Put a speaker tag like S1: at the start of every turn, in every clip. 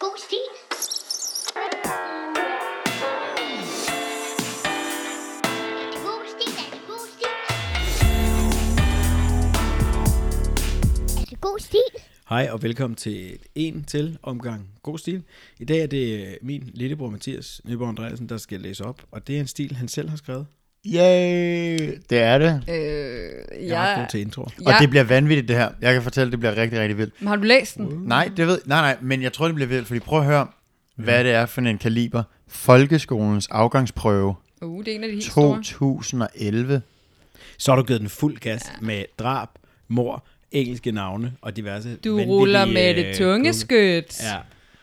S1: Boosty. God stil.
S2: Hej og velkommen til en til omgang God Stil. I dag er det øh, min lillebror Mathias Nyborg Andreasen, der skal læse op, og det er en stil, han selv har skrevet.
S3: Yay! Det er det.
S4: Øh,
S2: Jeg er ret god
S4: jeg,
S2: til introer.
S3: Og
S4: Ja.
S3: det bliver vanvittigt, det her. Jeg kan fortælle, det bliver rigtig, rigtig vildt.
S4: har du læst den?
S3: Nej, det ved, nej, nej, men jeg tror, det bliver vildt, fordi prøv at høre, hvad det er for en kaliber. Folkeskolens afgangsprøve
S4: Uh, det er en af de helt store.
S3: 2011.
S2: Så har du givet den fuld gas ja. med drab, mor, engelske navne og diverse
S4: Du
S2: vanvittige,
S4: ruller med det
S2: øh,
S4: tungeskyt.
S2: Ja.
S3: Det bliver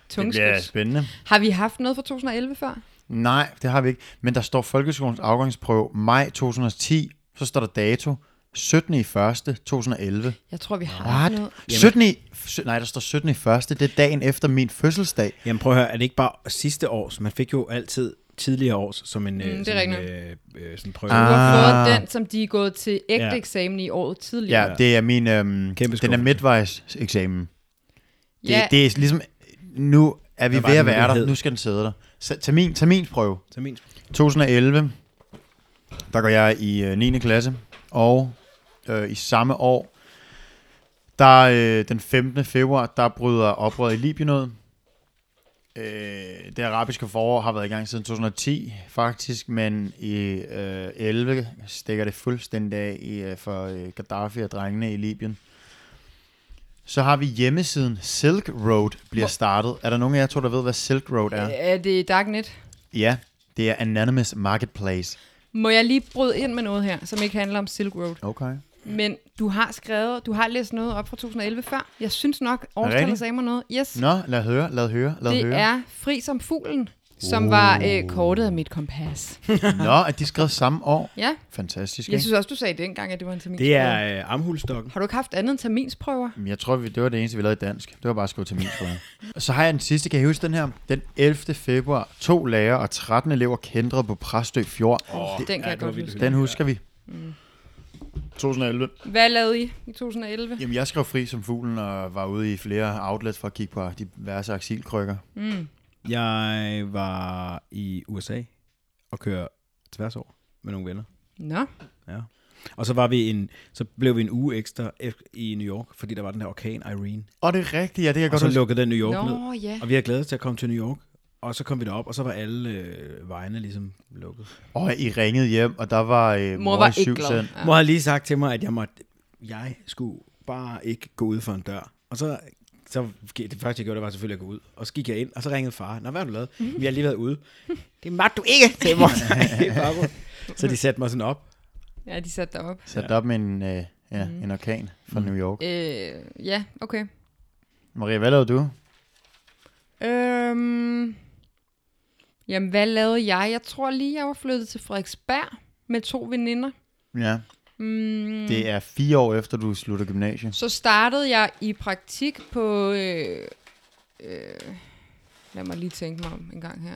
S4: tungeskyt.
S3: spændende.
S4: Har vi haft noget fra 2011 før?
S3: Nej, det har vi ikke. Men der står folkeskolens afgangsprøve maj 2010, så står der dato 17. i 1. 2011.
S4: Jeg tror, vi har haft
S3: What?
S4: noget.
S3: 17. I, sy- nej, der står 17. i 1. Det er dagen efter min fødselsdag.
S2: Jamen prøv at høre, er det ikke bare sidste års? Man fik jo altid tidligere års som en, mm,
S4: det er
S2: som,
S4: rigtigt.
S2: øh, øh, sådan prøve.
S4: Du
S2: Ah.
S3: Ah.
S4: har
S3: Ah.
S4: fået den, som de er gået til ægte
S2: Ja.
S4: eksamen i året tidligere.
S3: Ja, det er min, øhm,
S2: Kæmpe
S3: den er
S2: skuffelse.
S3: midtvejs eksamen. Det,
S4: Ja.
S3: ja. det er ligesom, nu er vi
S2: Hvad var
S3: ved
S2: det
S3: at
S2: nu, den
S3: være der.
S2: hed?
S3: Nu skal den sidde der. Så, termin, terminsprøve.
S2: Så min
S3: 2011, der går jeg i øh, 9. klasse, og øh, i samme år, der øh, den 15. februar, der bryder oprøret i Libyen ud. Øh, det arabiske forår har været i gang siden 2010 faktisk, men i øh, 11 stikker det fuldstændig af i, øh, for øh, Gaddafi og drengene i Libyen. Så har vi hjemmesiden Silk Road bliver startet. Er der nogen af jer to, der ved, hvad Silk Road er?
S4: Er øh, det Darknet?
S3: Ja, det er Anonymous Marketplace.
S4: Må jeg lige bryde ind med noget her, som ikke handler om Silk Road?
S3: Okay.
S4: Men du har skrevet, du har læst noget op fra 2011 før. Jeg synes nok, årstallet
S3: rigtigt?
S4: sagde mig noget. Yes,
S3: Nå, lad høre, lad høre, lad
S4: det
S3: høre. Uh.
S4: er Fri som fuglen, som var øh, kortet af mit kompas.
S3: Nå, at de skrev samme år.
S4: Ja,
S3: Fantastisk,
S4: jeg
S3: ikke?
S4: synes også, du sagde dengang, at det var en terminsprøve.
S2: Det er øh, armhulstokken.
S4: Har du ikke haft andet end terminsprøver?
S3: Jamen, Jeg tror, vi- det var det eneste, vi lavede i dansk. Det var bare at skrive til min skole. Og så har jeg den sidste, kan I huske den her? Den 11. februar, to lærere og 13 elever kendte på Præstø Fjord.
S2: Oh,
S4: den kan jeg godt huske.
S3: Den husker vi. 2011.
S4: Hvad lavede I i 2011?
S3: Jamen, jeg skrev fri som fuglen og var ude i flere outlets for at kigge på diverse aksilkrykker.
S2: Jeg var i USA og kører tværs over med nogle venner.
S4: Nå,
S2: Ja. Og så var vi en, så blev vi en uge ekstra ef- i New York, fordi der var den der orkan Irene.
S3: Og det er rigtigt, ja, det kan jeg
S2: Og
S3: godt
S2: så
S3: huske.
S2: lukkede den New York ned.
S4: Nå ja.
S2: Og vi har glædet os til at komme til New York. Og så kom vi derop, og så var alle øh, vejene ligesom lukket.
S3: Og I ringede hjem, og der var øh,
S4: Mor
S3: mor,
S4: var
S3: i
S4: ikke
S3: syv
S4: glad.
S3: cent.
S2: Mor havde lige sagt til mig, at jeg, måtte, jeg skulle bare ikke gå ud for en dør. Og så, så det første, jeg gjorde, det var selvfølgelig at gå ud. Og så gik jeg ind, og så ringede far. Nå, hvad har du lavet?
S4: Mhm.
S2: Vi har lige været ude. Det måtte du ikke, det måtte jeg ikke. Bare gå. Så de satte mig sådan op.
S4: Ja, de satte dig op.
S3: Sat ja. op med en, øh, ja,
S4: Mhm.
S3: mm. en orkan fra mm. New York.
S4: Øh, ja, okay.
S3: Maria, hvad lavede du?
S4: Øhm, jamen, hvad lavede jeg? Jeg tror lige, jeg var flyttet til Frederiksberg med to veninder.
S3: Ja,
S4: Mm,
S3: det er fire år efter, du slutter gymnasiet.
S4: så startede jeg i praktik på... Øh, øh, lad mig lige tænke mig om en gang her.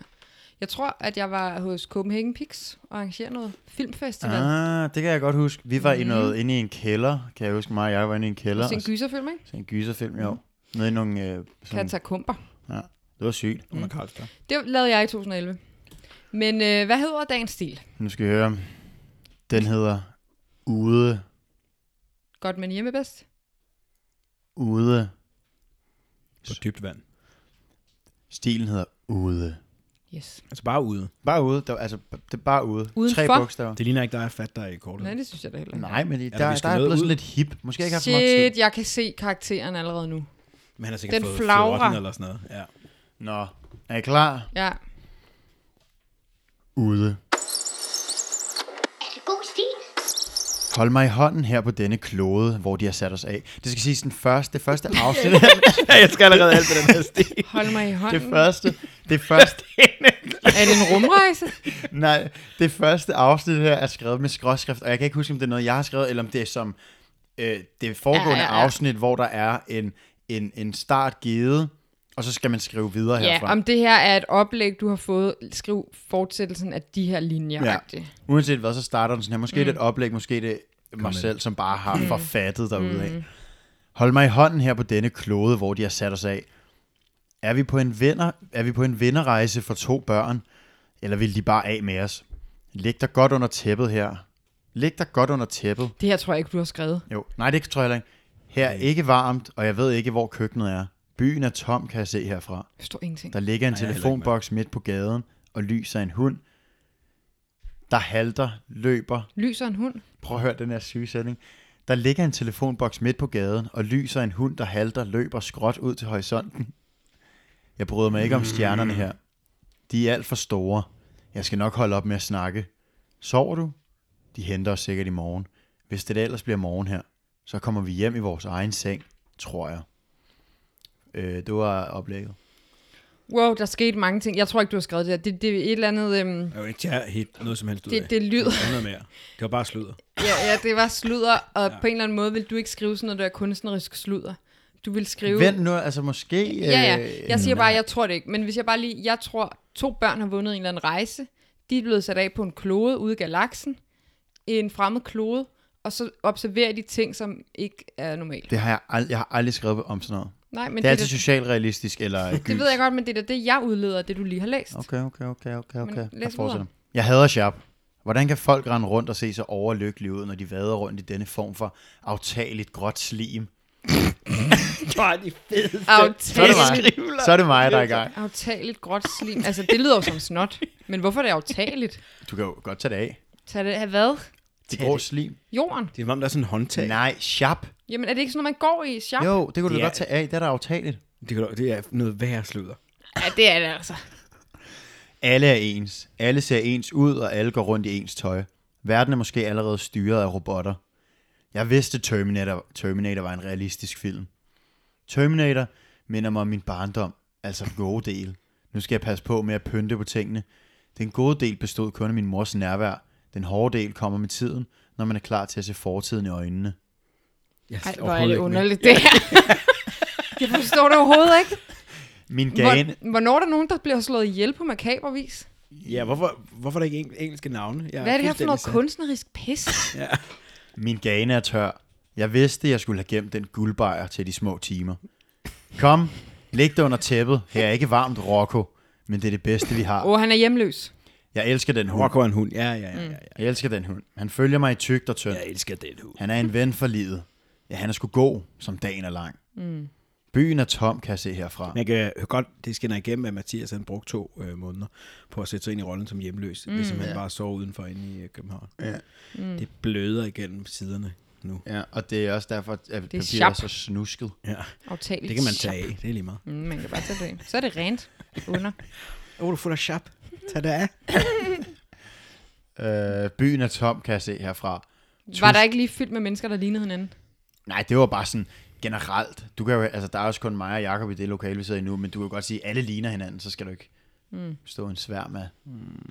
S4: Jeg tror, at jeg var hos Copenhagen Pix og arrangerede noget filmfestival. Ah,
S3: Ah, det kan jeg godt huske. Vi var mm. i noget, inde i en kælder, kan jeg huske mig og jeg var inde i en kælder.
S4: Sin
S3: Og så
S4: gyserfilm, ikke?
S3: så en gyserfilm, jo. Nede i nogle... Øh, sådan,
S4: Katakomber.
S3: ja, det var sygt.
S2: Under
S4: Mhm.
S2: Karlstad.
S4: Det lavede jeg i 2011. Men øh, hvad hedder dagens stil?
S3: Nu skal jeg høre. Den hedder Ude,
S4: Godt, men hjemme bedst?
S3: Ude.
S2: På dybt vand.
S3: Stilen hedder Ude.
S4: Yes.
S2: Altså bare ude.
S3: Bare ude, der, altså det er bare ude. Tre
S4: Udenfor?
S3: bogstaver.
S2: Det ligner ikke dig at fatte dig i kortet.
S4: Nej, det synes jeg da heller ikke.
S3: Nej, men det,
S2: der
S3: der, der,
S2: vi skal
S3: er
S2: noget
S3: blevet sådan
S2: ud?
S3: lidt hip. Måske har jeg ikke haft for meget tid.
S4: Shit, jeg kan se karakteren allerede nu.
S2: Men han har sikkert
S4: Den
S2: fået
S4: flagrer.
S2: 14 eller sådan noget. Ja.
S3: Nå, er I klar?
S4: Ja.
S3: Ude.
S1: God stil.
S3: Hold mig i hånden her på denne klode, hvor de har sat os af. Det skal siges, den første, det første afsnit,
S2: jeg skal allerede alt med den her stil.
S4: Hold mig i
S3: det
S4: hånden.
S3: første, det første,
S4: er det en rumrejse?
S3: nej, det første afsnit her er skrevet med skråskrift, og jeg kan ikke huske, om det er noget, jeg har skrevet, eller om det er som øh, det foregående
S4: Ja, ja, ja.
S3: afsnit, hvor der er en, en, en start givet, og så skal man skrive videre
S4: ja,
S3: herfra.
S4: om det her er et oplæg, du har fået. Skriv fortsættelsen af de her linjer.
S3: Ja.
S4: Ja.
S3: Uanset hvad, så starter den sådan her. Måske mm. det er et oplæg, måske det er mig selv, som bare har mm. forfattet derude af. Hold mig i hånden her på denne klode, hvor de har sat os af. er vi på en venner, er vi på en vennerrejse for to børn, eller vil de bare af med os? Læg dig godt under tæppet her. Læg dig godt under tæppet.
S4: Det her tror jeg ikke, du har skrevet.
S3: Jo, nej, det tror jeg heller ikke. Her er ikke varmt, og jeg ved ikke, hvor køkkenet er. Byen er tom, kan jeg se herfra.
S4: Der står ingenting.
S3: Der ligger en
S2: Nej, jeg er heller ikke
S3: telefonboks midt på gaden, og lyser en hund, der halter, løber,
S4: Lyser en hund.
S3: Prøv at høre den her syge sætning. Der ligger en telefonboks midt på gaden, og lyser en hund, der halter, løber skråt ud til horisonten. Jeg bryder mig ikke om stjernerne her. De er alt for store. Jeg skal nok holde op med at snakke. Sover du? De henter os sikkert i morgen. Hvis det da ellers bliver morgen her, så kommer vi hjem i vores egen seng, tror jeg. Øh, det var oplægget.
S4: Wow, der skete mange ting. Jeg tror ikke, du har skrevet det der. Det, det er et eller andet... Øhm,
S2: Jeg vil ikke tage helt noget som helst ud af.
S4: det, det lyder...
S2: Der er noget mere. Det var bare sludder.
S4: Ja, ja, det var sludder, og ja. på en eller anden måde vil du ikke skrive sådan noget der kunstnerisk sludder. Du vil skrive...
S3: Vent nu, altså måske...
S4: Ja, ja.
S3: øh,
S4: Jeg siger bare, jeg tror det ikke. Men hvis jeg bare lige... Jeg tror, to børn har vundet en eller anden rejse. De er blevet sat af på en klode ude i galaksen. En fremmed klode. Og så observerer de ting, som ikke er normalt.
S3: Det har jeg, ald- jeg har aldrig skrevet om sådan noget.
S4: Nej, men
S3: Men det er
S4: det,
S3: altid
S4: det,
S3: socialrealistisk, eller
S4: det, det ved jeg godt, men det er da det, jeg udleder, af det du lige har læst.
S3: Okay, okay, okay, okay, okay.
S4: læs
S3: Jeg fortsætter.
S4: videre.
S3: Jeg hader Sharp. Hvordan kan folk rende rundt og se så overlykkelige ud, når de vader rundt i denne form for aftageligt gråt slim?
S2: Det var de fedeste.
S3: Så er det
S4: Aftageligt,
S3: mig, så er det mig der er i gang.
S4: aftageligt gråt slim. Altså, det lyder jo som snot. Men hvorfor er det aftageligt?
S3: Du kan jo godt tage det af.
S4: Tag det af hvad?
S3: Det grå slim.
S4: Jorden?
S2: Det er som om, der er sådan en håndtag. Nej.
S3: Nej, Sharp.
S4: Jamen, er det ikke sådan noget, man går i? Shop?
S3: Jo, det kunne
S2: Det
S3: du da
S2: er-
S3: godt tage af. Det er da aftageligt.
S2: Det, kan, du- det er noget værre sludder.
S4: Ja, det er det altså.
S3: Alle er ens. Alle ser ens ud, og alle går rundt i ens tøj. Verden er måske allerede styret af robotter. Jeg vidste, Terminator, Terminator var en realistisk film. Terminator minder mig om min barndom, altså den gode del. Nu skal jeg passe på med at pynte på tingene. Den gode del bestod kun af min mors nærvær. Den hårde del kommer med tiden, når man er klar til at se fortiden i øjnene.
S2: Jeg
S4: Ej,
S2: er
S4: hvor er
S2: overhovedet
S4: det
S2: ikke med.
S4: underligt, det her. Jeg forstår det overhovedet ikke.
S3: Min gane...
S4: Hvor, hvornår er der nogen, der bliver slået ihjel på makaber vis?
S2: Ja, hvorfor, hvorfor er der ikke eng- engelske navne? Jeg
S4: Hvad er det her for noget
S2: fuldstændig
S4: kunstnerisk pis?
S3: Min gane er tør. Jeg vidste, jeg skulle have gemt den guldbejer til de små timer. Kom, læg dig under tæppet. Her er ikke varmt, Rocco. Men det er det bedste, vi
S4: Åh,
S3: har.
S4: oh, han er hjemløs.
S3: Jeg elsker den
S2: sat.
S3: hund.
S2: Rocco er en hund. Ja, ja, ja.
S4: Mm.
S2: ja, ja.
S3: Jeg elsker den hund. Han følger mig i tygt og tyndt.
S2: Jeg elsker den hund.
S3: Han er en ven for livet. Ja, han er sgu god, som dagen er lang. Byen er tom, kan jeg se herfra.
S2: Man kan godt, det skinner igennem, at Mathias han brugte to øh, måneder på at sætte sig ind i rollen som hjemløs, mm, hvis han ja. bare sov udenfor inde i øh, København.
S3: Ja.
S2: Mm. Det bløder igennem siderne nu.
S3: Ja, og det er også derfor, at papiret er,
S4: sharp.
S3: så snusket.
S2: Ja,
S4: Aftageligt.
S2: det kan man tage af. Det er lige meget.
S4: Mm, man kan bare tage det. af. Så er det rent under.
S2: Åh, oh, du er fuld af chap. Tag det af.
S3: Øh, byen er tom, kan jeg se herfra.
S4: Var der ikke lige fyldt med mennesker, der lignede hinanden?
S3: Nej, det var bare sådan generelt. Du kan jo, altså, der er også kun mig og Jacob i det lokale, vi sidder i nu, men du kan jo godt sige, at alle ligner hinanden, så skal du ikke mm. stå en svær med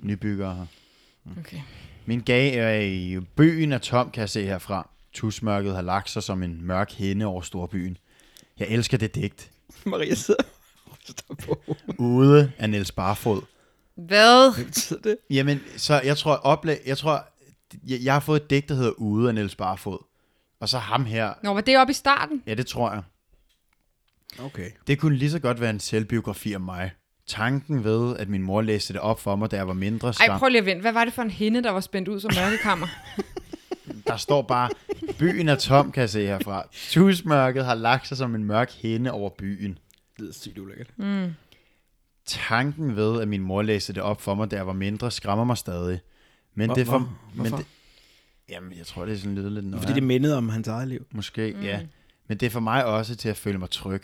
S3: nybyggere her.
S2: Mm.
S4: Okay.
S3: Min gage er i byen er tom, kan jeg se herfra. Tusmørket har lagt sig som en mørk hende over storbyen. Jeg elsker det digt.
S2: Maria sidder og ryster på
S3: Ude af Niels Barfod.
S4: Hvad?
S2: hovedet. det.
S3: Jamen, så jeg tror, oplæg, jeg tror, jeg, jeg har fået et digt, der hedder Ude af Niels Barfod. Og så ham her.
S4: Nå, var det oppe i starten?
S3: Ja, det tror jeg.
S2: Okay.
S3: Det kunne lige så godt være en selvbiografi om mig. Tanken ved, at min mor læste det op for mig, da jeg var mindre
S4: Ej,
S3: skam.
S4: prøv lige at vente. Hvad var det for en hende, der var spændt ud som mørkekammer?
S3: Der står bare, byen er tom, kan jeg se herfra. Tusmørket har lagt sig som en mørk hende over byen.
S2: Det er sygt ulækkert.
S3: Tanken ved, at min mor læste det op for mig, da jeg var mindre, skræmmer mig stadig. Men
S2: Hvor-
S3: det er for...
S2: hvor-
S3: men
S2: hvorfor?
S3: det, jamen, jeg tror, det er sådan lidt lidt noget.
S2: Fordi det mindede om hans eget liv.
S3: Måske, mm. ja. Men det er for mig også til at føle mig tryg.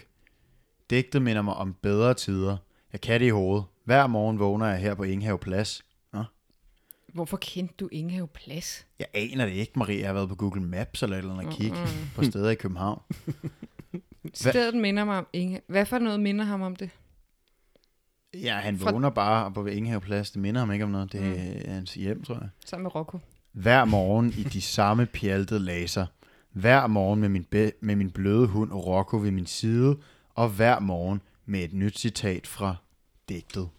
S3: Digtet minder mig om bedre tider. Jeg kan det i hovedet. Hver morgen vågner jeg her på Inghave Plads. Nå,
S4: Hvorfor kendte du Ingehave Plads?
S3: Jeg aner det ikke, Marie. Jeg har været på Google Maps eller et eller andet og kigge på steder i København.
S4: Stedet minder mig om Inge. Hvad for noget minder ham om det?
S3: Ja, han
S4: Fra- Mm.
S3: vågner bare på Ingenhave Plads. Det minder ham ikke om noget. Det er hans hjem, tror jeg.
S4: Sammen med Rocco.
S3: Hver morgen i de samme pjaltede laser. Hver morgen med min, be- med min bløde hund Rocco ved min side. Og hver morgen med et nyt citat fra digtet.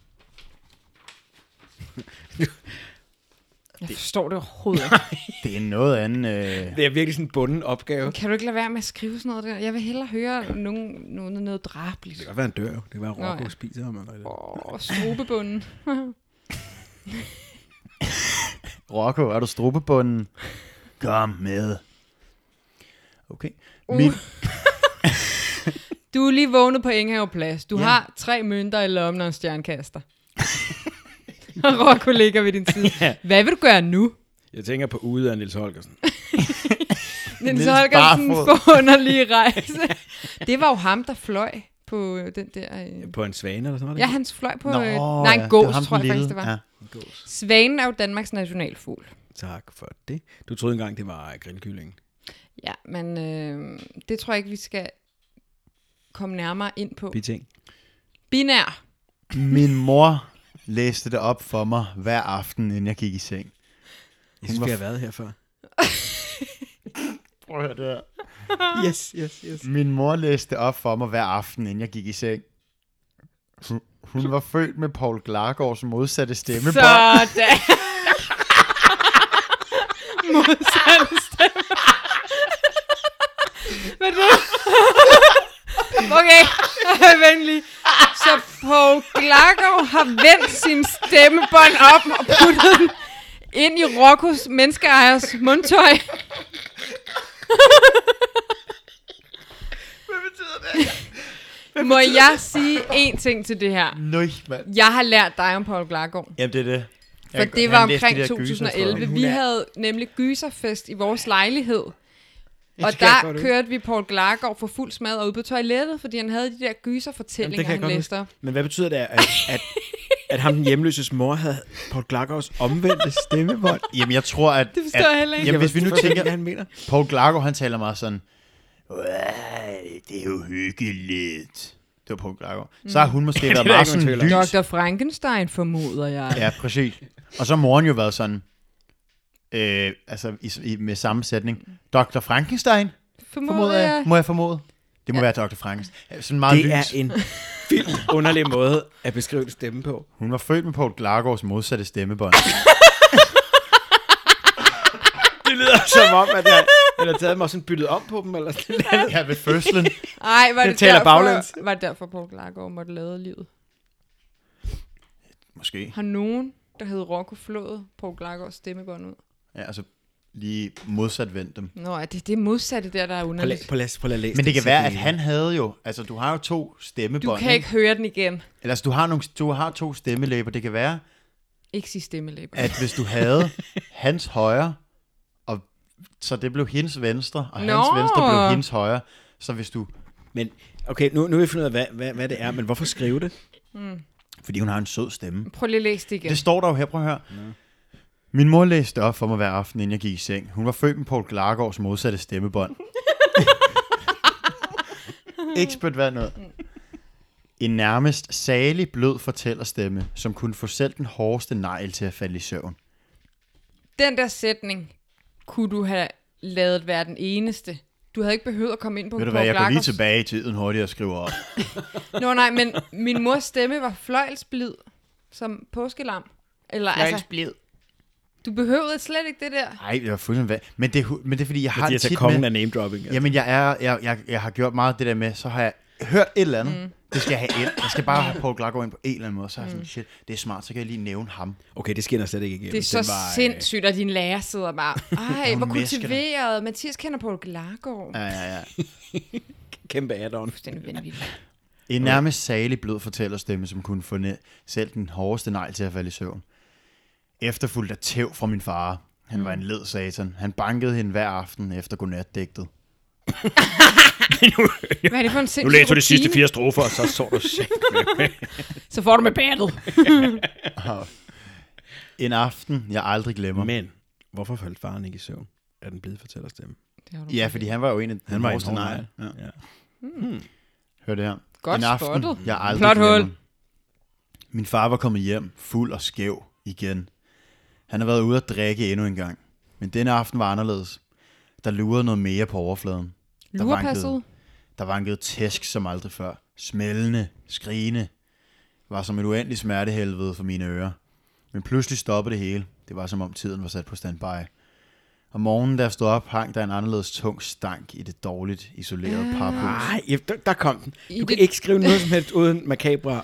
S4: Jeg forstår det overhovedet ikke.
S3: Det er noget andet. Øh,
S2: Det er virkelig sådan en bunden opgave.
S4: Kan du ikke lade være med at skrive sådan noget der? Jeg vil hellere høre nogen, nogen noget ligesom. drabeligt.
S2: Det kan godt være, en dør. jo. Det kan være, at
S4: Nå,
S2: Rocco
S4: ja.
S2: spiser ham. Eller et eller andet.
S4: Åh, strubebunden.
S3: Rocco, er du strubebunden? Kom med. Okay.
S4: Uh.
S3: Min,
S4: Du er lige vågnet på Enghavn Plads. Du ja. har tre mønter i lommen og en stjernkaster. og Rocco ligger ved din side. Ja. Hvad vil du gøre nu?
S2: Jeg tænker på ude af Nils Holgersen.
S4: Niels
S3: Niels
S4: Holgersen
S3: Barfod.
S4: forunderlige rejse. Det var jo ham, der fløj på øh, den der... øh,
S2: På en svane eller sådan noget.
S4: Ja,
S2: han...
S4: han fløj på... Nå, nej, en gås, tror jeg faktisk, det var. Ja.
S3: Ja.
S4: Svanen er jo Danmarks nationalfugl.
S2: Tak for det. Du troede engang, det var grillkylling.
S4: Ja, men øh, det tror jeg ikke, vi skal komme nærmere ind på.
S2: Biting.
S4: Binær.
S3: Min mor læste det op for mig hver aften, inden jeg gik i seng.
S2: Jeg synes,
S3: var-
S2: vi har været her før.
S3: Prøv at høre det her.
S2: Yes, yes, yes.
S3: Min mor læste det op for mig hver aften, inden jeg gik i seng. Hun- Hun var født med Paul Glargaards modsatte stemme.
S4: Sådan. Modsatte stemme. Hvad er det? Okay, venlig. Så Paul Glakov har vendt sin stemmebånd op og puttet den ind i Rokkos menneskeejers mundtøj. Hvad betyder det? Må jeg sige én ting til det her?
S3: Nøj, mand.
S4: Jeg har lært dig om Paul Glakov.
S3: Jamen, det er det.
S4: For
S3: Jeg-
S4: det
S3: han
S4: var
S3: læste
S4: omkring
S3: de der gyserhistorier.
S4: 2011.
S3: Men hun
S4: Vi
S3: er-
S4: havde nemlig gyserfest i vores lejlighed. Og
S2: kan jeg
S4: der
S2: godt huske.
S4: kørte vi Paul Glargaard for fuld smad og ud på toilettet, fordi han havde de der gyserfortællinger,
S2: Jamen, det kan jeg
S4: han
S2: godt
S4: læste op.
S2: Men hvad betyder det, at, at, at ham den hjemløses mor havde på Glakkovs omvendte stemmebånd?
S3: Jamen, jeg tror, at...
S4: Det forstår
S3: at,
S4: jeg heller ikke.
S3: Jamen, hvis vi nu
S2: Forstår
S3: tænker...
S2: ikke, hvad han mener.
S3: Paul Glargaard, han taler meget sådan, "Wow, det er jo hyggeligt. Det var Paul Glargaard. Så har hun måske været
S2: der
S3: meget
S2: ikke nogen
S3: sådan
S2: tvivl
S3: lys.
S4: Dr. Frankenstein formoder jeg.
S3: Ja, præcis. Og så har moren jo været sådan, øh, altså i, i, med samme sætning. Dr. Frankenstein,
S4: Formoder
S3: formoder jeg.
S4: jeg.
S3: Må jeg formode? Det må ja. være Dr. Frankenstein. Sådan meget
S2: Det
S3: lys.
S2: er en vildt underlig måde at beskrive det stemme på.
S3: Hun var født med Paul Glargaards modsatte stemmebånd.
S2: Det lyder som om, at jeg, han har taget mig og sådan byttet om på dem. Eller sådan noget.
S3: ja, ved fødslen.
S4: Ej, var
S2: Jeg
S4: det,
S2: taler baglæns.
S4: derfor, var det derfor, Paul Glargaard måtte lade livet?
S3: Måske.
S4: Har nogen, der hed Rocco flået Paul Glargaards stemmebånd ud?
S3: Ja, altså lige modsat vendt dem.
S4: Nå, er det det modsatte der, der er
S2: Prøv lige-
S4: underligt?
S2: Prøv lige prøv lige at læse
S3: Men det
S2: den
S3: kan være, at
S2: sætning
S3: han havde jo, altså du har jo to stemmebånd.
S4: Du kan ikke høre den igen.
S3: Eller altså, du har, nogle, du har to stemmelæber. Det kan være,
S4: Ikke sige stemmelæber.
S3: at hvis du havde hans højre, og så det blev hendes venstre, og Nå. hans
S4: Nå.
S3: venstre blev hendes højre, så hvis du...
S2: Men okay, nu, nu vil vi finde ud af, hvad, hvad, hvad det er, men hvorfor skrive det?
S3: Fordi hun har en sød stemme.
S4: Prøv lige at læse det igen.
S3: Det står der jo her, prøv at høre. Min mor læste op for mig hver aften, inden jeg gik i seng. Hun var født med Paul Glargaards modsatte stemmebånd. Ikke spyt vand ud. En nærmest salig blød fortællerstemme, som kunne få selv den hårdeste negl til at falde i søvn.
S4: den der sætning kunne du have lavet være den eneste. Du havde ikke behøvet at komme ind på
S3: Ved du
S4: Kåre
S3: hvad, jeg går lige
S4: Blakkers.
S3: tilbage i tiden hurtigt og skriver op.
S4: Nå nej, men min mors stemme var fløjlsblid som påskelam. Eller altså, du behøvede slet ikke det der.
S3: Nej, det var fuldstændig hvad. Men det, er hu- men det er fordi, jeg har
S2: Fordi jeg tager
S3: tit
S2: kongen
S3: med...
S2: af name dropping. Altså.
S3: Jamen, jeg, er, jeg, jeg, jeg har gjort meget af det der med, så har jeg hørt et eller andet. Mm. Det skal jeg have ind. Jeg skal bare have Paul Glargaard ind på en eller anden måde. Så har jeg sådan, shit, det er smart, så kan jeg lige nævne ham.
S2: Okay, det skinner slet ikke igennem.
S4: Det er så
S2: Den
S4: var,
S2: øh,
S4: sindssygt, at din lærer sidder bare, ej, hvor
S3: mæsker der."
S4: kultiveret. Mathias kender Paul Glargaard. Ja.
S3: Ja, ja, ja.
S2: Kæmpe add-on.
S3: En nærmest salig blød fortællerstemme, som kunne få ned selv den hårdeste negl til at falde i søvn. Efterfuldt af tæv fra min far. Han var en led satan. Han bankede hende hver aften efter godnatdigtet.
S4: Hvad er det for en sindssyg Nu læser du de sidste fire strofer, og så står du Så får du med battle.
S3: En aften, jeg aldrig glemmer. Men,
S2: Men hvorfor faldt faren ikke i søvn? Er den blide fortæller stemme?
S4: Det har du
S3: ja,
S4: ret i.
S3: fordi han var jo en af den
S2: Han var en
S3: hårdeste
S2: hård
S3: negl. Ja.
S2: Ja.
S3: Hør det her.
S4: Godt
S3: en aften,
S4: spottet.
S3: jeg aldrig
S4: Flot hul.
S3: glemmer. Min far var kommet hjem, fuld og skæv igen. Han har været ude at drikke endnu en gang. Men denne aften var anderledes. Der lurede noget mere på overfladen. Der
S4: Lurepasset.
S3: Der vankede tæsk som aldrig før. Smældende, skrigende. Var som et uendeligt smertehelvede for mine ører. Men pludselig stoppede det hele. Det var som om tiden var sat på standby. Om morgenen, da jeg stod op, hang der en anderledes tung stank i det dårligt isolerede
S4: Ah.
S3: parhus.
S2: Nej, ja, der, der kom den.
S4: I
S2: Du kan
S4: det-
S2: ikke skrive noget som helst uden makabre.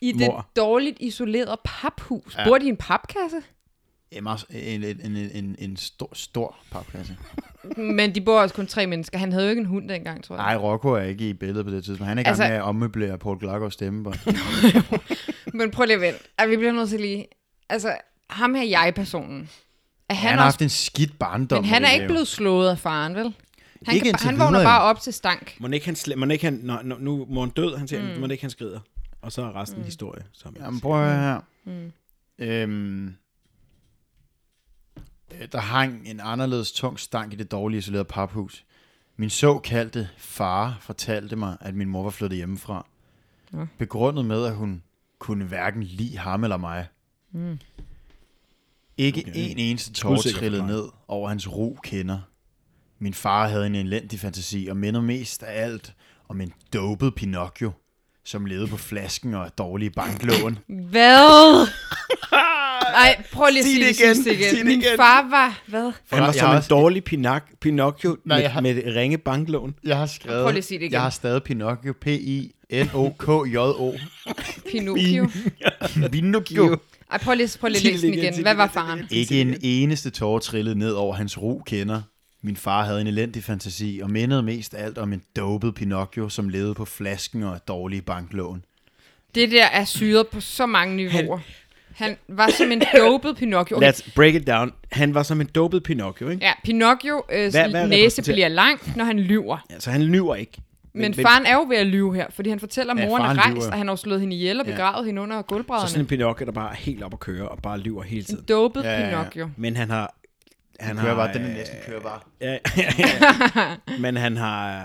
S4: I det
S2: Mor.
S4: dårligt isolerede paphus. Ja. Bor de i en papkasse?
S3: En, meget- øh, en, en, en, en, en stor, stor papkasse.
S4: Men de bor også kun tre mennesker. Han havde jo ikke en hund dengang, tror jeg.
S3: Nej, Rocco er ikke i billedet på det tidspunkt. Han er i gang
S4: Altså-
S3: altså, med at ommøblere Paul Glagårds stemme.
S4: Men prøv lige at vente. Ej, vi bliver nødt til lige... Altså, ham her jeg-personen. Er
S3: Han,
S4: han,
S3: han
S4: han
S3: har
S4: også...
S3: haft en skidt barndom.
S4: Men han
S3: må
S4: er
S3: vi
S4: ikke
S3: lave.
S4: blevet slået af faren, vel? Han,
S3: Ikke
S4: kan,
S3: indtil
S4: han vågner
S3: videre,
S4: bare
S3: jo.
S4: op til stank.
S2: Må ikke han, sle- må ikke han nå, nå, nu må han død, han siger, mm. må ikke han skrider. Og så er resten mm. historie. Som
S3: Jamen, prøv at høre her. Mm. Øhm, øh, der hang en anderledes tung stank i det dårlige isolerede paphus. Min såkaldte far fortalte mig, at min mor var flyttet hjemmefra. Ja. Begrundet med, at hun kunne hverken lide ham eller mig. Mm. Ikke okay. en eneste tårer
S2: Skudsikker
S3: trillede
S2: forklaring.
S3: ned over hans ro kender. Min far havde en elendig fantasi og minder mest af alt om en dopet Pinocchio, som levede på flasken og af dårlige banklån.
S4: Hvad? Nej, prøv lige at
S2: Sig
S4: sige
S2: det
S4: det,
S2: igen.
S4: sidste igen.
S2: Sig det
S4: Min
S2: igen.
S4: far var... Hvad?
S2: han var
S3: jeg
S2: som
S3: har
S2: en
S3: også-
S2: dårlig Pinac- Pinocchio
S3: Nej,
S2: med,
S3: jeg har-
S2: med et ringe banklån.
S3: Jeg har skrevet...
S4: Prøv lige at sige det igen.
S3: Jeg har stadig Pinocchio. P-I-N-O-K-J-O.
S4: Pinocchio.
S3: Pinocchio.
S4: Ej, prøv lige, prøv lige at
S2: Sig
S4: læse
S2: det
S4: den
S2: igen, sig
S4: igen.
S2: det
S4: Hvad var
S2: igen, sig det
S4: faren?
S2: igen.
S3: Ikke en eneste tårer trillede ned over hans ro kender. Min far havde en elendig fantasi og mindede mest af alt om en dopet Pinocchio, som levede på flasken og af dårlige banklån.
S4: Det der er syret på så mange niveauer. Han var som en dopet Pinocchio. Okay.
S2: Let's break it down. Han var som en dopet Pinocchio, ikke?
S4: Ja, Pinocchio øh,
S2: hvad
S4: hvad næse
S2: repræsenterer-
S4: bliver lang, når han lyver.
S2: Ja. Så han lyver ikke.
S4: Men, men faren er jo ved at lyve her, fordi han fortæller, at
S3: Ja,
S4: moren
S3: faren
S4: er rejst,
S3: lyver.
S4: og han har jo slået hende ihjel og begravet hende under
S2: Så sådan
S4: gulvbrædderne.
S2: en Pinocchio, der bare er helt op at køre og bare lyver hele
S4: En
S2: tiden.
S4: dopet
S3: Ja, ja, ja.
S4: Pinocchio.
S2: Men han har... Han
S3: Kører
S2: har,
S3: bare, den er næsten kører bare.
S2: Ja, ja, ja. Men han har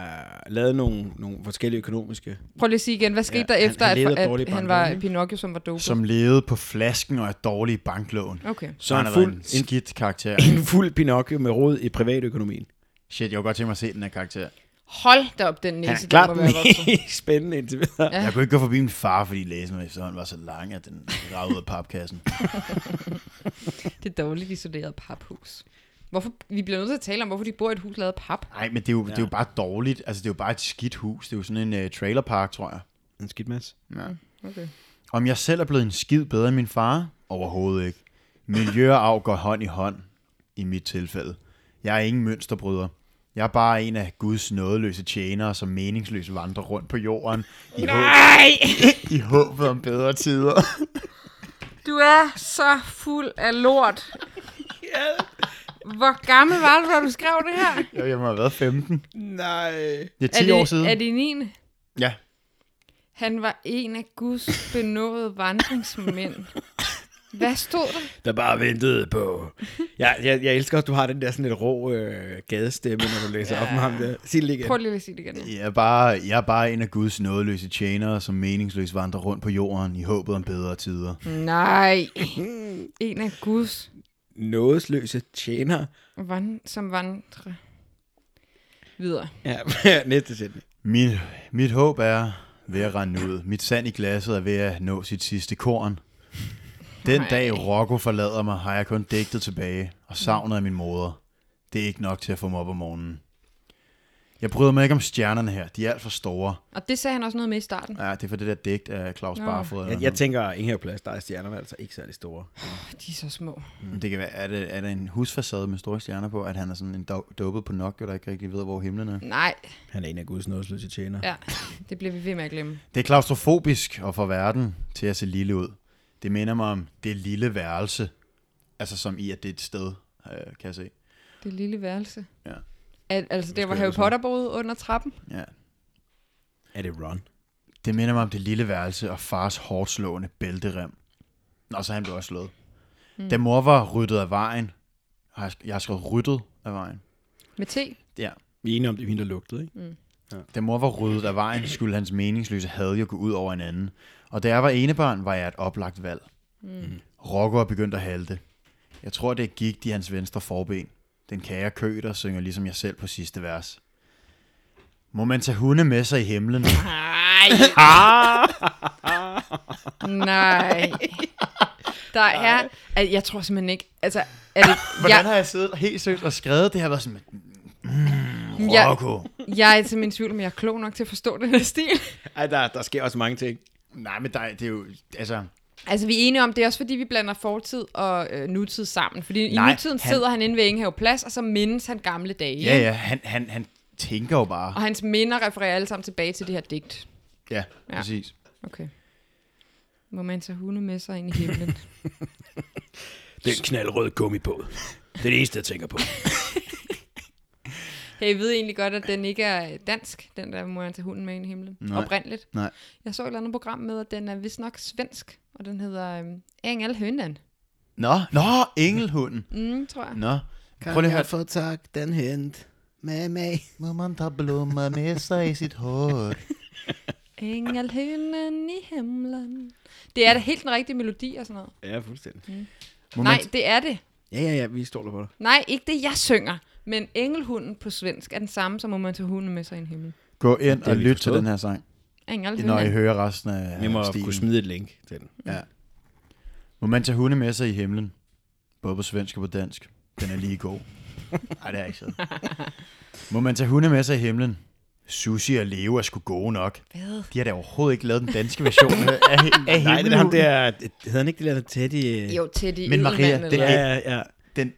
S2: øh, lavet nogle, nogle forskellige økonomiske...
S4: Prøv lige at sige igen, hvad skete
S2: Ja,
S4: der
S2: han-
S4: efter,
S2: han levede
S4: at, at,
S2: dårligt i
S4: han
S2: barndommen,
S4: var
S2: ikke?
S4: Pinocchio, som var dopet?
S3: Som levede på flasken og af dårlige banklån.
S4: Okay.
S2: Så han
S3: har
S2: er
S3: været
S2: fuld,
S3: en skidt karakter.
S2: en, en fuld Pinocchio med rod i privatøkonomien.
S3: Shit, jeg kunne godt tænke mig at se den her karakter.
S4: Hold da op, den
S2: Han
S4: næse,
S2: er klart
S4: den
S2: den
S4: må være vokset.
S2: mest spændende indtil videre.
S4: Ja.
S3: Jeg kunne ikke gå forbi min far, fordi læsen var efterhånden var så lang, at den ragede ud af papkassen.
S4: Det dårligt isolerede paphus. Hvorfor, vi bliver nødt til at tale om, hvorfor de bor i et hus lavet af pap.
S3: Nej, men det er, jo, ja. det er jo bare dårligt. Altså, det er jo bare et skidt hus. Det er jo sådan en uh, trailerpark, tror jeg.
S2: En skidt masse.
S4: Okay.
S3: Om jeg selv er blevet en skid bedre end min far? Overhovedet ikke. Miljø og arv går hånd i hånd, i mit tilfælde. Jeg er ingen mønsterbryder. Jeg er bare en af Guds nådeløse tjenere, som meningsløst vandrer rundt på jorden i, håb,
S4: Nej!
S3: i håbet om bedre tider.
S4: Du er så fuld af lort. Hvor gammel var du, da du skrev det her?
S3: Jeg må have været 15.
S2: Nej.
S3: Det er
S4: er
S3: 10
S4: det,
S3: år siden.
S4: Er det 9?
S3: Ja.
S4: Han var en af Guds benåede vandringsmænd. Hvad stod der?
S2: Der bare ventede på... Jeg, jeg, jeg elsker også, at du har den der sådan lidt rå øh, gadestemme, når du læser ja. op med ham der. Sig det lige igen.
S4: Prøv lige at sige det igen.
S3: Jeg er, bare, jeg er bare en af Guds nådeløse tjenere, som meningsløst vandrer rundt på jorden i håbet om bedre tider.
S4: Nej. En af Guds,
S2: Nådesløse tjener.
S4: vand, som vandrer. Videre.
S2: Ja, næste sætning.
S3: Min, mit håb er ved at rende ud. Mit sand i glasset er ved at nå sit sidste korn. Den dag Rocco forlader mig, har jeg kun digtet tilbage og savnet af min moder. Det er ikke nok til at få mig op om morgenen. Jeg bryder mig ikke om stjernerne her. De er alt for store.
S4: Og det sagde han også noget med i starten.
S3: Ja, det er for det der digt af Claus
S4: Nå.
S3: Barfod. eller
S2: Jeg, jeg tænker, Inger Plads, der er stjernerne altså ikke særlig store.
S4: Ah, De er så små.
S3: noget. Men Det kan være, er det, er det en husfacade med store stjerner på, at han er sådan en do- dopet på nok, der ikke rigtig ved, hvor himlen er?
S4: Nej,
S2: Han er en af Guds nådesløse tjener.
S4: ja. Det bliver vi ved med at glemme.
S3: Det er klaustrofobisk og for verden til at se lille ud. Det minder mig om det lille værelse. Altså som i, at det er et sted, øh, kan jeg se.
S4: Det lille værelse.
S3: Ja.
S4: Al- altså, det var
S3: jeg
S4: Harry
S3: også
S4: Potter boede under trappen.
S3: Ja.
S2: Er det Ron?
S3: Det minder mig om det lille værelse og fars hårdt slående bælterem. Nå, så han blev også slået. Mm. Da mor var ryddet af vejen, har jeg, sk- jeg har skrevet ryddet af vejen.
S4: Med te.
S3: Ja.
S2: Vi er enige om, det er hende, der lugtede, ikke?
S3: Da mor var ryddet af vejen, skulle hans meningsløse had jo gå ud over en anden. Og da jeg var enebarn, var jeg et oplagt valg. Mm. Rocco er begyndt at halte. Jeg tror, det gik i hans venstre forben. Den kære køder synger ligesom jeg selv på sidste vers. Må man tage hunde med sig i himlen?
S4: Nej. Nej. Der er, altså, jeg tror simpelthen ikke, altså, er det,
S3: Hvordan
S4: jeg,
S3: har jeg siddet helt søgt og skrevet det her? Var sådan, mm,
S4: Ja.
S3: Rocco.
S4: jeg er simpelthen i tvivl, om jeg er klog nok til at forstå den her stil.
S2: Ej, der, der sker også mange ting.
S3: Nej, men der, det er jo, altså...
S4: Altså, vi er enige om, det er også fordi, vi blander fortid og øh, nutid sammen. Fordi
S3: Nej,
S4: i nutiden
S3: han-
S4: han... sidder han inde ved Ingehave Plads, og så mindes han gamle dage.
S3: Ja, ja, han, han, han tænker jo bare.
S4: Og hans minder refererer alle sammen tilbage til det her digt.
S3: Ja,
S4: Ja.
S3: præcis.
S4: Okay. Må man tage hunde med sig ind i himlen?
S2: Det er en knaldrød gummi på. Det er det eneste, jeg tænker på.
S4: hey, jeg ved egentlig godt, at den ikke er dansk, den der, må man tage hunden med ind i himlen.
S3: Nej.
S4: Oprindeligt.
S3: Nej.
S4: Jeg så et eller andet program med, at den er vist nok svensk, og den hedder øhm, Engel Hønan.
S3: Nå, nå, engelhunden.
S4: Mm, tror jeg.
S3: Nå. Prøv lige at høre.
S2: få tak, den hent. Mama.
S3: Må man tage blommer med sig i sit hår?
S4: Engel Hønan i himlen. Det er da helt den rigtige melodi og sådan noget.
S2: Ja, fuldstændig.
S4: Mm.
S3: Må
S4: Nej,
S3: Man,
S4: det er det.
S2: Ja, ja, ja, vi stoler på dig.
S4: Nej, ikke det, jeg synger. Men engelhunden på svensk er den samme, som må man tage hunden med sig i en himmel.
S3: gå ind
S2: har
S3: og
S2: vi
S3: lyt til
S2: forstået.
S3: den her sang, når I
S4: Engelhunden.
S3: hører resten af
S2: Vi må
S3: stilen.
S2: kunne smide et link til den.
S3: Ja. Må man tage hunde med sig i himlen? Både på svensk og på dansk. Den er lige god. Nej, det er ikke sådan. Må man tage hunde med sig i himlen? Sushi og Leo er sgu gode nok.
S4: Hvad?
S3: De har da overhovedet ikke lavet den danske version af, af, af
S2: Nej, det er ham
S3: himmelhunden.
S2: der, hedder han ikke det der tætte...
S4: Jo, Teddy
S3: Men Maria,
S4: Edelmann,
S3: det
S4: eller-
S3: er-
S2: Ja, ja.
S3: Den,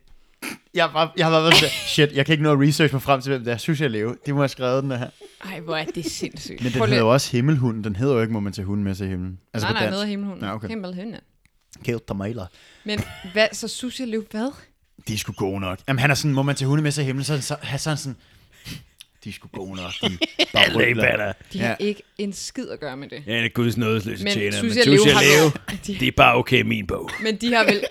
S3: jeg, har bare, jeg har bare været sådan, shit, jeg kan ikke nå at researche mig frem til, hvem det er. Sushi og Leo, det må jeg have skrevet den her.
S4: Ej, hvor er det sindssygt.
S3: Men den
S4: Prøv lige-
S3: hedder jo også Himmelhunden. Den hedder jo ikke, må man tage hunden med sig i himlen. Altså
S4: nej,
S3: på
S4: nej,
S3: dansk.
S4: noget af himmelhunden.
S3: Ja, okay.
S4: Himmelhunden.
S3: Kæft der maler.
S4: Men hvad, så Susie Løv, hvad?
S3: de er sgu gode nok. Jamen han er sådan, må man tage hunde med sig i himlen, så, er han så, han- så er han sådan, de er sgu gode nok. De bare brøler.
S4: De har
S3: Ja.
S4: ikke en skid at gøre med det.
S2: Ja, det er guds nådesløse
S4: Men
S2: tjener, men
S4: Susie og Leo
S2: Susie og
S4: har-
S2: Leo,
S4: De-
S2: det er bare okay i min bog.
S4: Men de har vel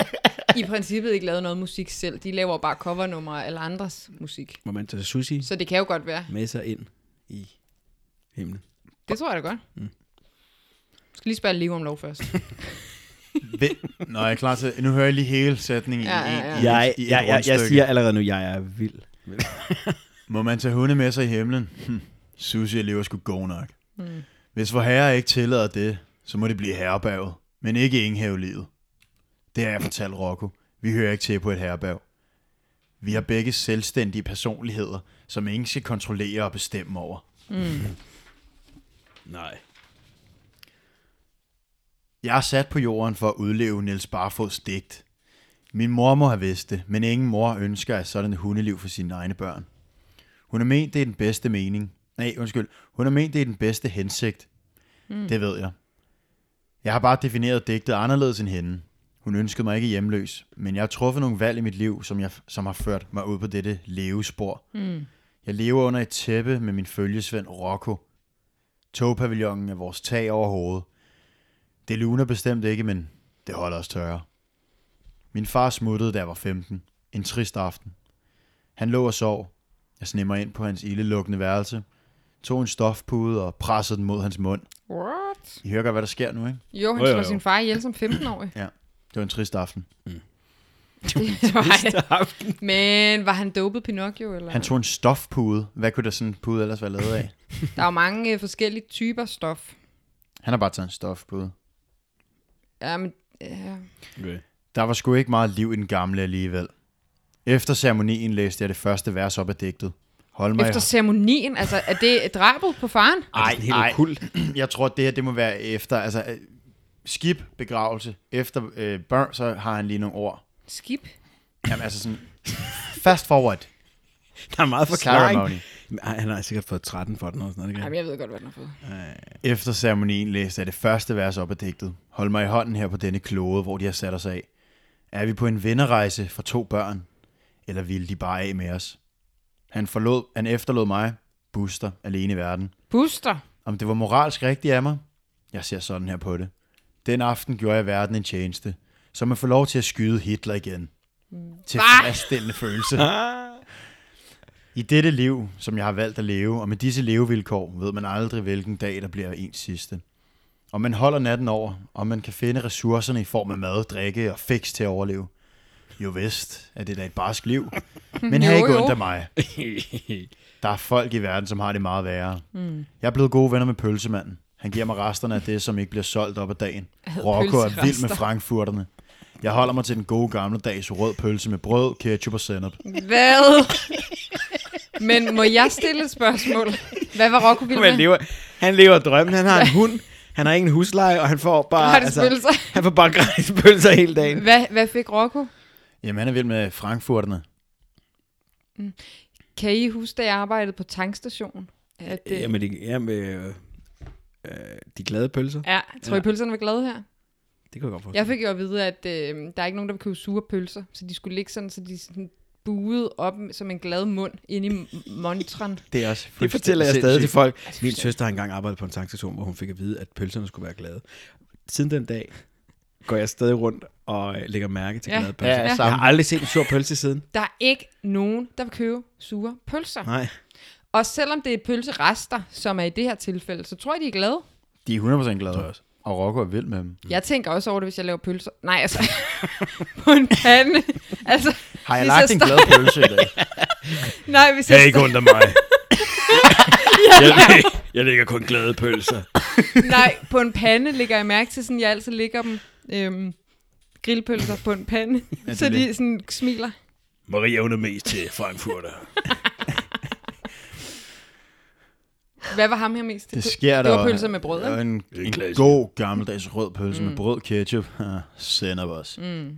S4: i princippet ikke lavet noget musik selv. De laver bare covernumre eller andres musik.
S2: Må man tage sushi
S4: Så det kan jo godt være.
S2: med sig ind i himlen?
S4: Det tror jeg da godt. Mm. Skal lige spørge Leo om lov først.
S3: Hvem- Nå, jeg er klar til, nu hører jeg lige hele sætningen
S4: Ja,
S3: i,
S4: ja, ja.
S3: en- i,
S2: Jeg,
S3: i et
S2: jeg, jeg, jeg
S3: rundstykke.
S2: siger allerede nu, jeg er vild.
S3: Må man tage hunde med sig i himlen? Hm, Susie og lever sgu gode nok. Mm. Hvis vor herre ikke tillader det, så må det blive herrebævet, men ikke enghavelivet. Det har jeg fortalt Rocco. Vi hører ikke til på et herrebæv. Vi har begge selvstændige personligheder, som ingen skal kontrollere og bestemme over.
S2: Nej.
S3: Jeg er sat på jorden for at udleve Niels Barfods digt. Min mor må have vidst det, men ingen mor ønsker at sådan et hundeliv for sine egne børn. Hun har ment, det er den bedste mening. Nej, undskyld. Hun har ment, det er den bedste hensigt. Mm. Det ved jeg. Jeg har bare defineret digtet anderledes end hende. Hun ønskede mig ikke hjemløs, men jeg har truffet nogle valg i mit liv, som, jeg, som har ført mig ud på dette levespor. Mm. Jeg lever under et tæppe med min følgesvend Rocco. Togpavillonen er vores tag over hovedet. Det luner bestemt ikke, men det holder os tørre. Min far smuttede, da jeg var 15. En trist aften. Han lå og sov. Jeg sneg mig ind på hans ildelukkende værelse, tog en stofpude og pressede den mod hans mund.
S4: What?
S3: I hører godt, hvad der sker nu, ikke?
S4: Jo, han
S2: Jo, jo,
S4: slår
S2: jo.
S4: sin far ihjel som 15-årig.
S3: Ja. Det var en trist aften.
S4: Det var han.
S2: aften.
S4: Men var han dopet Pinocchio? Eller?
S3: Han tog en stofpude. Hvad kunne der sådan en pude ellers være lavet af?
S4: Der er jo mange øh, forskellige typer stof.
S3: Han har bare taget en stofpude.
S4: Ja, men, øh, ja.
S2: Okay.
S3: Der var sgu ikke meget liv i den gamle alligevel. Efter ceremonien læste jeg det første vers op af digtet. Hold mig i
S4: Efter ceremonien, altså er det drabet på faren?
S2: Ej, det er helt kult.
S3: Jeg tror, det her det må være efter, altså øh, skib, begravelse, efter øh, børn, så har han lige nogle ord.
S4: Skib?
S3: Jamen altså sådan, fast forward,
S2: Der er meget forklaring.
S3: ceremony.
S2: Jamen, ej, Han har sikkert fået 13 for den og sådan noget. Ikke?
S4: Jamen, jeg ved godt, hvad den har fået.
S3: Efter ceremonien læste jeg det første vers op af digtet. Hold mig i hånden her på denne klode, hvor de har sat os af. Er vi på en vennerejse for to børn? Eller ville de bare af med os? Han, forlod, han efterlod mig, Buster, alene i verden.
S4: Buster.
S3: Om det var moralsk rigtigt af mig? Jeg ser sådan her på det. Den aften gjorde jeg verden en tjeneste, så man får lov til at skyde Hitler igen.
S4: Mm.
S3: Tilfredsstillende følelse. I dette liv, som jeg har valgt at leve, og med disse levevilkår, ved man aldrig, hvilken dag, der bliver ens sidste. Om man holder natten over, og man kan finde ressourcerne i form af mad, drikke og fix til at overleve. Jo vist, at det er da et barsk liv. Men
S4: Jo,
S3: have ikke
S4: jo.
S3: ondt af mig. Der er folk i verden, som har det meget værre. Mm. Jeg er blevet gode venner med pølsemanden. Han giver mig resterne af det, som ikke bliver solgt op ad dagen.
S4: Jeg havde
S3: Rocco er
S4: pølserester.
S3: vild med frankfurterne. Jeg holder mig til den gode gamle dags rød pølse med brød, ketchup og sennep.
S4: Hvad? Men må jeg stille et spørgsmål? Hvad var Rocco vild
S2: Men
S4: med?
S2: lever, han lever drømmen. Han har en hund. Han har ingen husleje, og han får bare... altså,
S4: Gratispølser.
S2: han får bare gratis pølser hele dagen.
S4: Hvad, hvad fik Rocco?
S3: Jamen, han er vild med frankfurterne.
S4: Kan I huske, da jeg arbejdede på tankstationen? At,
S2: Det.
S4: øh,
S2: Jamen, det, jamen øh, øh, de glade pølser.
S4: ja, tror I,
S2: ja.
S4: pølserne var glade her?
S2: Det kunne jeg godt forstå.
S4: Jeg fik jo at vide, at øh, der er ikke nogen, der vil købe sure pølser, så de skulle ligge sådan, så de sådan buede op som en glad mund ind i m- montren.
S3: Det er også
S2: Det fortæller jeg stadig til folk.
S4: Altså,
S2: Min
S4: for-
S2: søster har engang arbejdet på en tankstation, hvor hun fik at vide, at pølserne skulle være glade. Siden den dag går jeg stadig rundt og øh, lægger mærke til
S4: Ja.
S2: glade pølser.
S3: Ja,
S2: jeg
S3: samme.
S2: har aldrig set en sur pølse siden.
S4: Der er ikke nogen, der vil købe sure pølser.
S2: Nej.
S4: Og selvom det er pølserester, som er i det her tilfælde, så tror jeg, de er glade.
S3: De er 100% glade også. Og Rocco er vild med dem.
S4: Jeg tænker også over det, hvis jeg laver pølser. Nej, altså, på en pande. altså,
S3: Har jeg
S4: hvis
S3: lagt
S4: jeg
S3: en glad pølse i dag?
S4: nej, hvis jeg,
S2: kun der mig. jeg, jeg lægger kun glade pølser.
S4: nej, på en pande ligger jeg mærke til, sådan jeg altid ligger dem øhm, grillpølser på en pande,
S3: er
S4: så de
S3: det.
S4: sådan smiler.
S2: Maria, hun er mest til Frankfurter.
S4: Hvad var ham her mest?
S3: Det sker
S4: det
S3: der.
S4: var pølser med brød,
S3: Og
S4: ikke?
S3: en,
S2: er
S3: en
S2: klassisk.
S3: god gammeldags rød pølse mm. med brød, ketchup, sender også. Mm.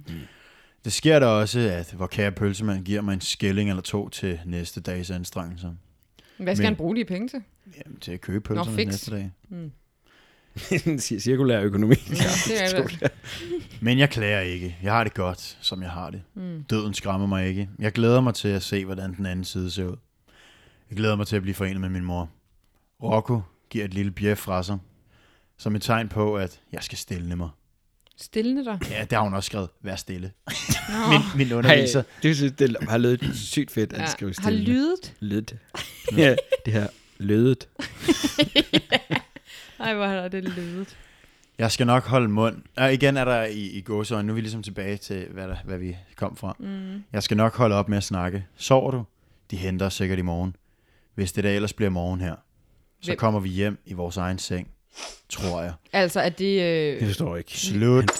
S3: Det sker der også, at hvor kære pølsemand giver mig en skilling eller to til næste dags anstrengelser.
S4: Hvad skal
S3: Men-
S4: han bruge de penge til?
S3: Jamen, til at købe pølserne
S4: fix.
S3: næste dag.
S2: Cirkulær økonomi.
S4: Ja, det er det.
S3: Men jeg klager ikke. Jeg har det godt, som jeg har det. Mm. Døden skræmmer mig ikke. Jeg glæder mig til at se, hvordan den anden side ser ud. Jeg glæder mig til at blive forenet med min mor. Rocco giver et lille bjef fra sig, som et tegn på, at jeg skal stille mig.
S4: Stillende dig.
S3: Ja, det har hun også skrevet. Vær stille.
S4: Nå.
S3: Min, min underviser.
S2: Ej, det, synes, det har lydet sygt fedt, at ja. skrive
S4: har
S2: stille.
S4: lydet.
S2: Lydet. ja, det her lødet.
S4: Nej, hvor har det lydet.
S3: Jeg skal nok holde mund. Og igen er der i, i gåsøjne. Nu er vi ligesom tilbage til, hvad, der, hvad vi kom fra. Mm. Jeg skal nok holde op med at snakke. Sover du? De henter os sikkert i morgen. Hvis det da ellers bliver morgen her. Så
S4: Hvem?
S3: kommer vi hjem i vores egen seng. Tror jeg.
S4: Altså, at det... Øh,
S2: forstår jeg ikke.
S3: Slut.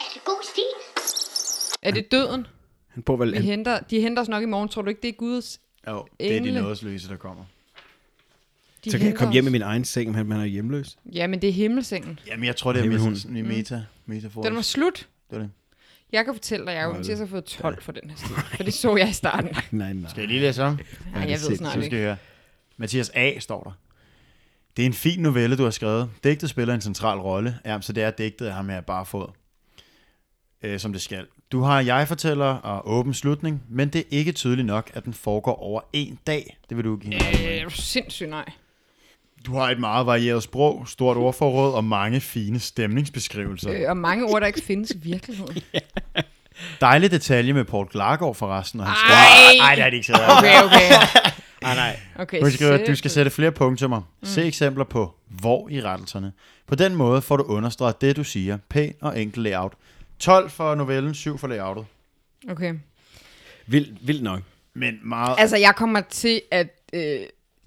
S1: Er det god stil?
S4: er det døden?
S2: Han bor vel...
S4: Vi
S2: Han,
S4: henter, de henter os nok i morgen. Tror du ikke, det er Guds?
S3: Jo, det er de
S4: Engle.
S3: nådesløse, der kommer.
S4: De
S2: så kan jeg
S4: henter
S2: komme hjem i
S4: os.
S2: min egen seng, men han er hjemløs.
S4: Ja, men det er himmelsengen.
S3: Jamen, jeg tror, det er
S2: Himmelhunden.
S3: meta, sådan en meta, metafor.
S4: Mm. Den var slut.
S3: det var det.
S4: Jeg kan fortælle dig, at jeg
S2: Nej,
S4: har fået 12 for den her stil. For det så jeg i starten. Nej,
S2: Nej, nej.
S3: Skal jeg lige læse om?
S2: det
S4: jeg
S2: er
S4: ved snart
S3: Så skal
S4: ikke.
S3: jeg høre. Mathias A. står der. Det er en fin novelle, du har skrevet. Digtet spiller en central rolle. Ja, så det er digtet af ham her barefod. Øh, som det skal. Du har jeg-fortæller og åben slutning, men det er ikke tydeligt nok, at den foregår over en dag. Det vil du give hende.
S4: Øh, er du sindssyg nej.
S3: Du har et meget varieret sprog, stort ordforråd og mange fine stemningsbeskrivelser.
S4: Øh, og mange ord, der ikke findes i virkeligheden.
S3: Dejlig detalje med Paul Glargaard forresten. Og hans
S4: Ej!
S3: Nej, det er det ikke så.
S4: Okay, Ah, okay.
S2: Nej, nej.
S4: okay
S3: Hun skriver, at du
S4: sæt.
S3: skal sætte flere punktummer. Mm. Se eksempler på hvor i rettelserne. På den måde får du understreget det, du siger. Pæn og enkel layout. 12 for novellen, 7 for layoutet.
S4: Okay.
S2: Vild, vild nok.
S3: Men meget...
S4: Altså, jeg kommer til at... Øh,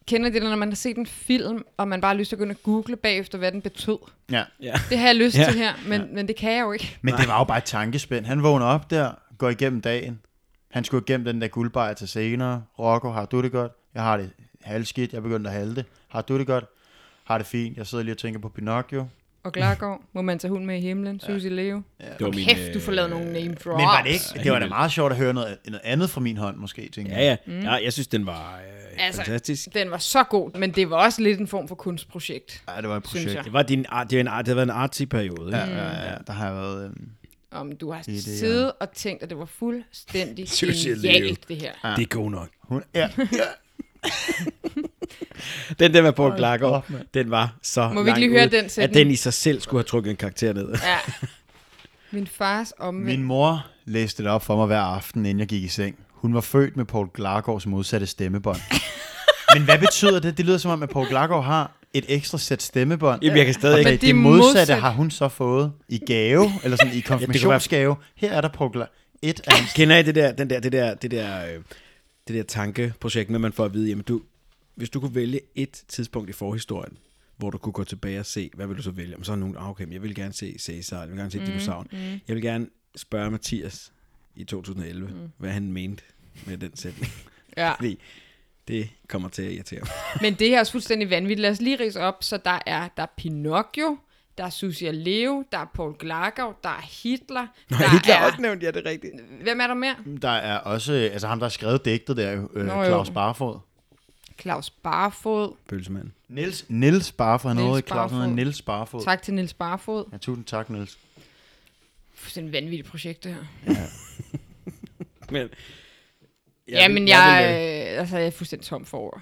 S4: kender det, der, når man har set en film, og man bare har lyst til at gå ind og google bagefter, hvad den betød?
S3: Ja.
S4: Det har jeg lyst
S2: Ja.
S4: til her, men, men det kan jeg jo ikke.
S3: Men det var jo bare et tankespænd. Han vågner op der, går igennem dagen. Han skulle igennem den der guldbejer til senere. Rocco, har du det godt? Jeg har det halvskidt. Jeg begyndte at halde det. Har du det godt? Har det fint. Jeg sidder lige og tænker på Pinocchio.
S4: Og Klargaard, må man tage hund med i himlen, Susie Leo. Ja.
S2: Det var min,
S4: Kæft, du
S2: øh,
S4: får lavet nogle name drops.
S3: Men var det ikke? Det var da meget sjovt at høre noget, noget andet fra min hånd, måske, tænker
S2: Ja, ja. Mm. ja. Jeg synes, den var øh, altså, fantastisk.
S4: Den var så god, men det var også lidt en form for kunstprojekt.
S3: ja. det var et
S4: Synes
S3: projekt.
S4: jeg.
S2: Det var din art, det, var en art, det havde været en artsy-periode. Ja, ja.
S3: Ja, ja, der har jeg været... Øh...
S4: Om du har
S3: ja.
S4: siddet og tænkt, at det var fuldstændig
S2: Susie Leo.
S4: genialt, det her.
S2: Det er god nok.
S3: Hun er...
S2: Den der med Paul Klargaard, den var så
S4: Må vi ikke
S2: langt
S4: lige høre
S2: ude,
S4: den
S2: at
S4: sætning?
S2: den i sig selv skulle have trukket en karakter ned.
S4: Ja. Min fars omvendt.
S3: Min mor læste det op for mig hver aften, inden jeg gik i seng. Hun var født med Paul Glargaards modsatte stemmebånd. Men hvad betyder det? Det lyder som om, at Paul Glargaard har et ekstra sæt stemmebånd.
S2: Jamen, jeg kan stadig
S3: og
S2: ikke-
S3: det,
S4: Men
S3: det
S4: det
S3: modsatte
S4: modsat-
S3: har hun så fået i gave, eller sådan i konfirmationsgave. Her er der Paul Glargaard. Et af hans...
S2: Kender I det der, den der, det der, det der, øh, det der tankeprojekt med, at man får at vide, jamen du, hvis du kunne vælge et tidspunkt i forhistorien, hvor du kunne gå tilbage og se, hvad vil du så vælge? Om så er nogen, ah, okay, men jeg vil gerne se Cæsar, jeg vil gerne se mm, Dinosauren. Mm. Jeg vil gerne spørge Mathias i 2011, mm. hvad han mente med den sætning.
S4: Ja.
S2: Fordi det kommer til at irritere mig.
S4: Men det her er også fuldstændig vanvittigt. Lad os lige rise op, så der er, der er Pinocchio, der er Susie Leo, der er Paul Glagau, der er Hitler, Nå, der
S2: Hitler
S4: er...
S2: også nævnt, ja, det er rigtigt.
S4: Hvem er der mere?
S3: Der er også, øh, altså ham, der har skrevet digtet der, jo, øh,
S4: Nå, jo.
S3: Claus Barfod.
S4: Claus Barfod.
S2: Pølsemand.
S3: Niels, Niels Barfod, han
S4: Niels
S3: hedder Claus, han hedder
S4: Barfod.
S3: Niels Barfod.
S4: Tak til Nils Barfod.
S3: Ja, tusind tak, Niels.
S4: Fuldstændig vanvittigt projekt, det her.
S2: Men, jeg
S4: Ja, men
S2: vil-
S4: jeg,
S2: vil, øh,
S4: øh, altså, jeg er fuldstændig tom for ord.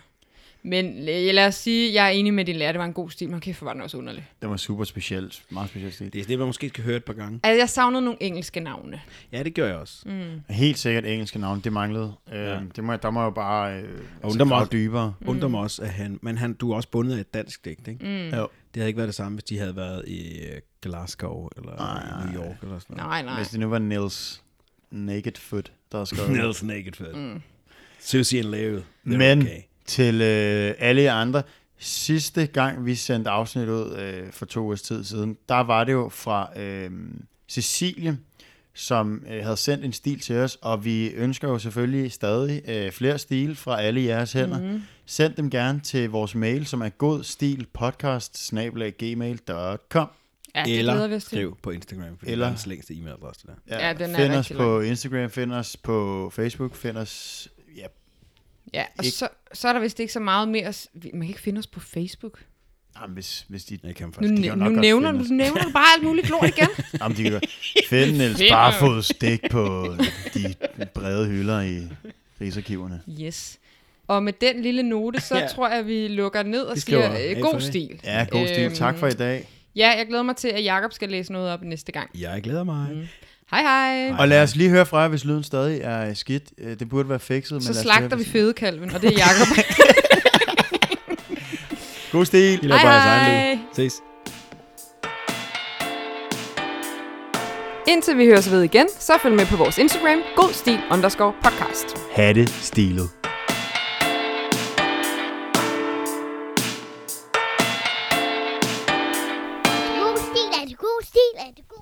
S4: Men øh, lad os sige, jeg er enig med din lærer. Det var en god stil, men kæft, hvor var den også underlig.
S3: Det var super specielt, meget specielt stil.
S2: det er det, man måske skal høre et par gange.
S4: Altså, jeg savnede nogle engelske navne.
S2: Ja, det gør jeg også. Mm.
S3: Helt sikkert engelske navn, det manglede. Øh, ja. det må, jeg- der må jeg bare øh, altså,
S2: der må-
S3: grave dybere.
S4: Mm.
S2: Undrer mig også, at han... Men han, du er også bundet af et dansk digt, ikke? Mm.
S3: Jo.
S2: Det havde ikke været det samme, hvis de havde været i øh, Glasgow eller nej, New York eller sådan noget.
S4: Nej, nej.
S3: Hvis det nu var Niels Naked Foot, der har skrevet det.
S2: Nails Naked Fed. Mm. Susie and Leo. they're
S3: Men
S2: Okay.
S3: okay. til øh, alle jer andre, sidste gang vi sendte afsnit ud øh, for to års tid siden, der var det jo fra øh, Cecilie, som øh, havde sendt en stil til os, og vi ønsker jo selvfølgelig stadig øh, flere stil fra alle jeres hænder. Mm-hmm. Send dem gerne til vores mail, som er godstilpodcast.gmail.com.
S4: Ja, det glæder vi
S2: Eller
S4: os til.
S2: skriv på Instagram, for
S3: Eller-
S2: eller... det er den længste e-mailadresse, det der.
S4: Ja, den er
S3: find os
S4: rigtig lang.
S3: på Instagram, find os på Facebook, find os... Ja,
S4: Ja, og
S3: Ikke-
S4: så, så er der vist ikke så meget mere... at s- vi- Man kan ikke finde os på Facebook.
S3: jamen, hvis, hvis de
S2: Jeg kan
S4: Nu,
S2: faktisk
S3: kan jo
S4: næ- nu
S3: nok godt
S4: nævner,
S3: finde
S4: du,
S3: os.
S4: nu nævner du bare alt muligt lort igen.
S3: Jamen, de kan godt finde Niels
S4: Finder.
S3: Barfods dæk på de brede hylder i Rigsarkiverne.
S4: Yes. Og med den lille note, så
S2: Ja.
S4: ja. tror jeg, vi lukker ned og
S2: Vi
S4: siger
S2: skriver
S4: øh,
S2: af for
S4: god
S2: det.
S4: stil.
S3: Ja, god stil.
S4: Øhm.
S3: Tak for i dag.
S4: Ja, jeg glæder mig til, at Jakob skal læse noget op næste gang.
S2: Jeg glæder mig. Mm.
S4: Hej hej.
S3: Og lad os lige høre fra jer, hvis lyden stadig er skidt. Øh, Det burde være fikset, men
S4: Så
S3: lad os lige høre,
S4: slagter vi
S3: hvis-
S4: fedekalven, og det er Jakob.
S3: God stil.
S2: De laver
S4: Hej,
S2: bare deres egen
S4: hej.
S2: lyd. Ses.
S4: Indtil vi høres ved igen, så følg med på vores Instagram, godstil underscore podcast.
S3: Hatte stilet.
S1: God stil, er det god stil, er det god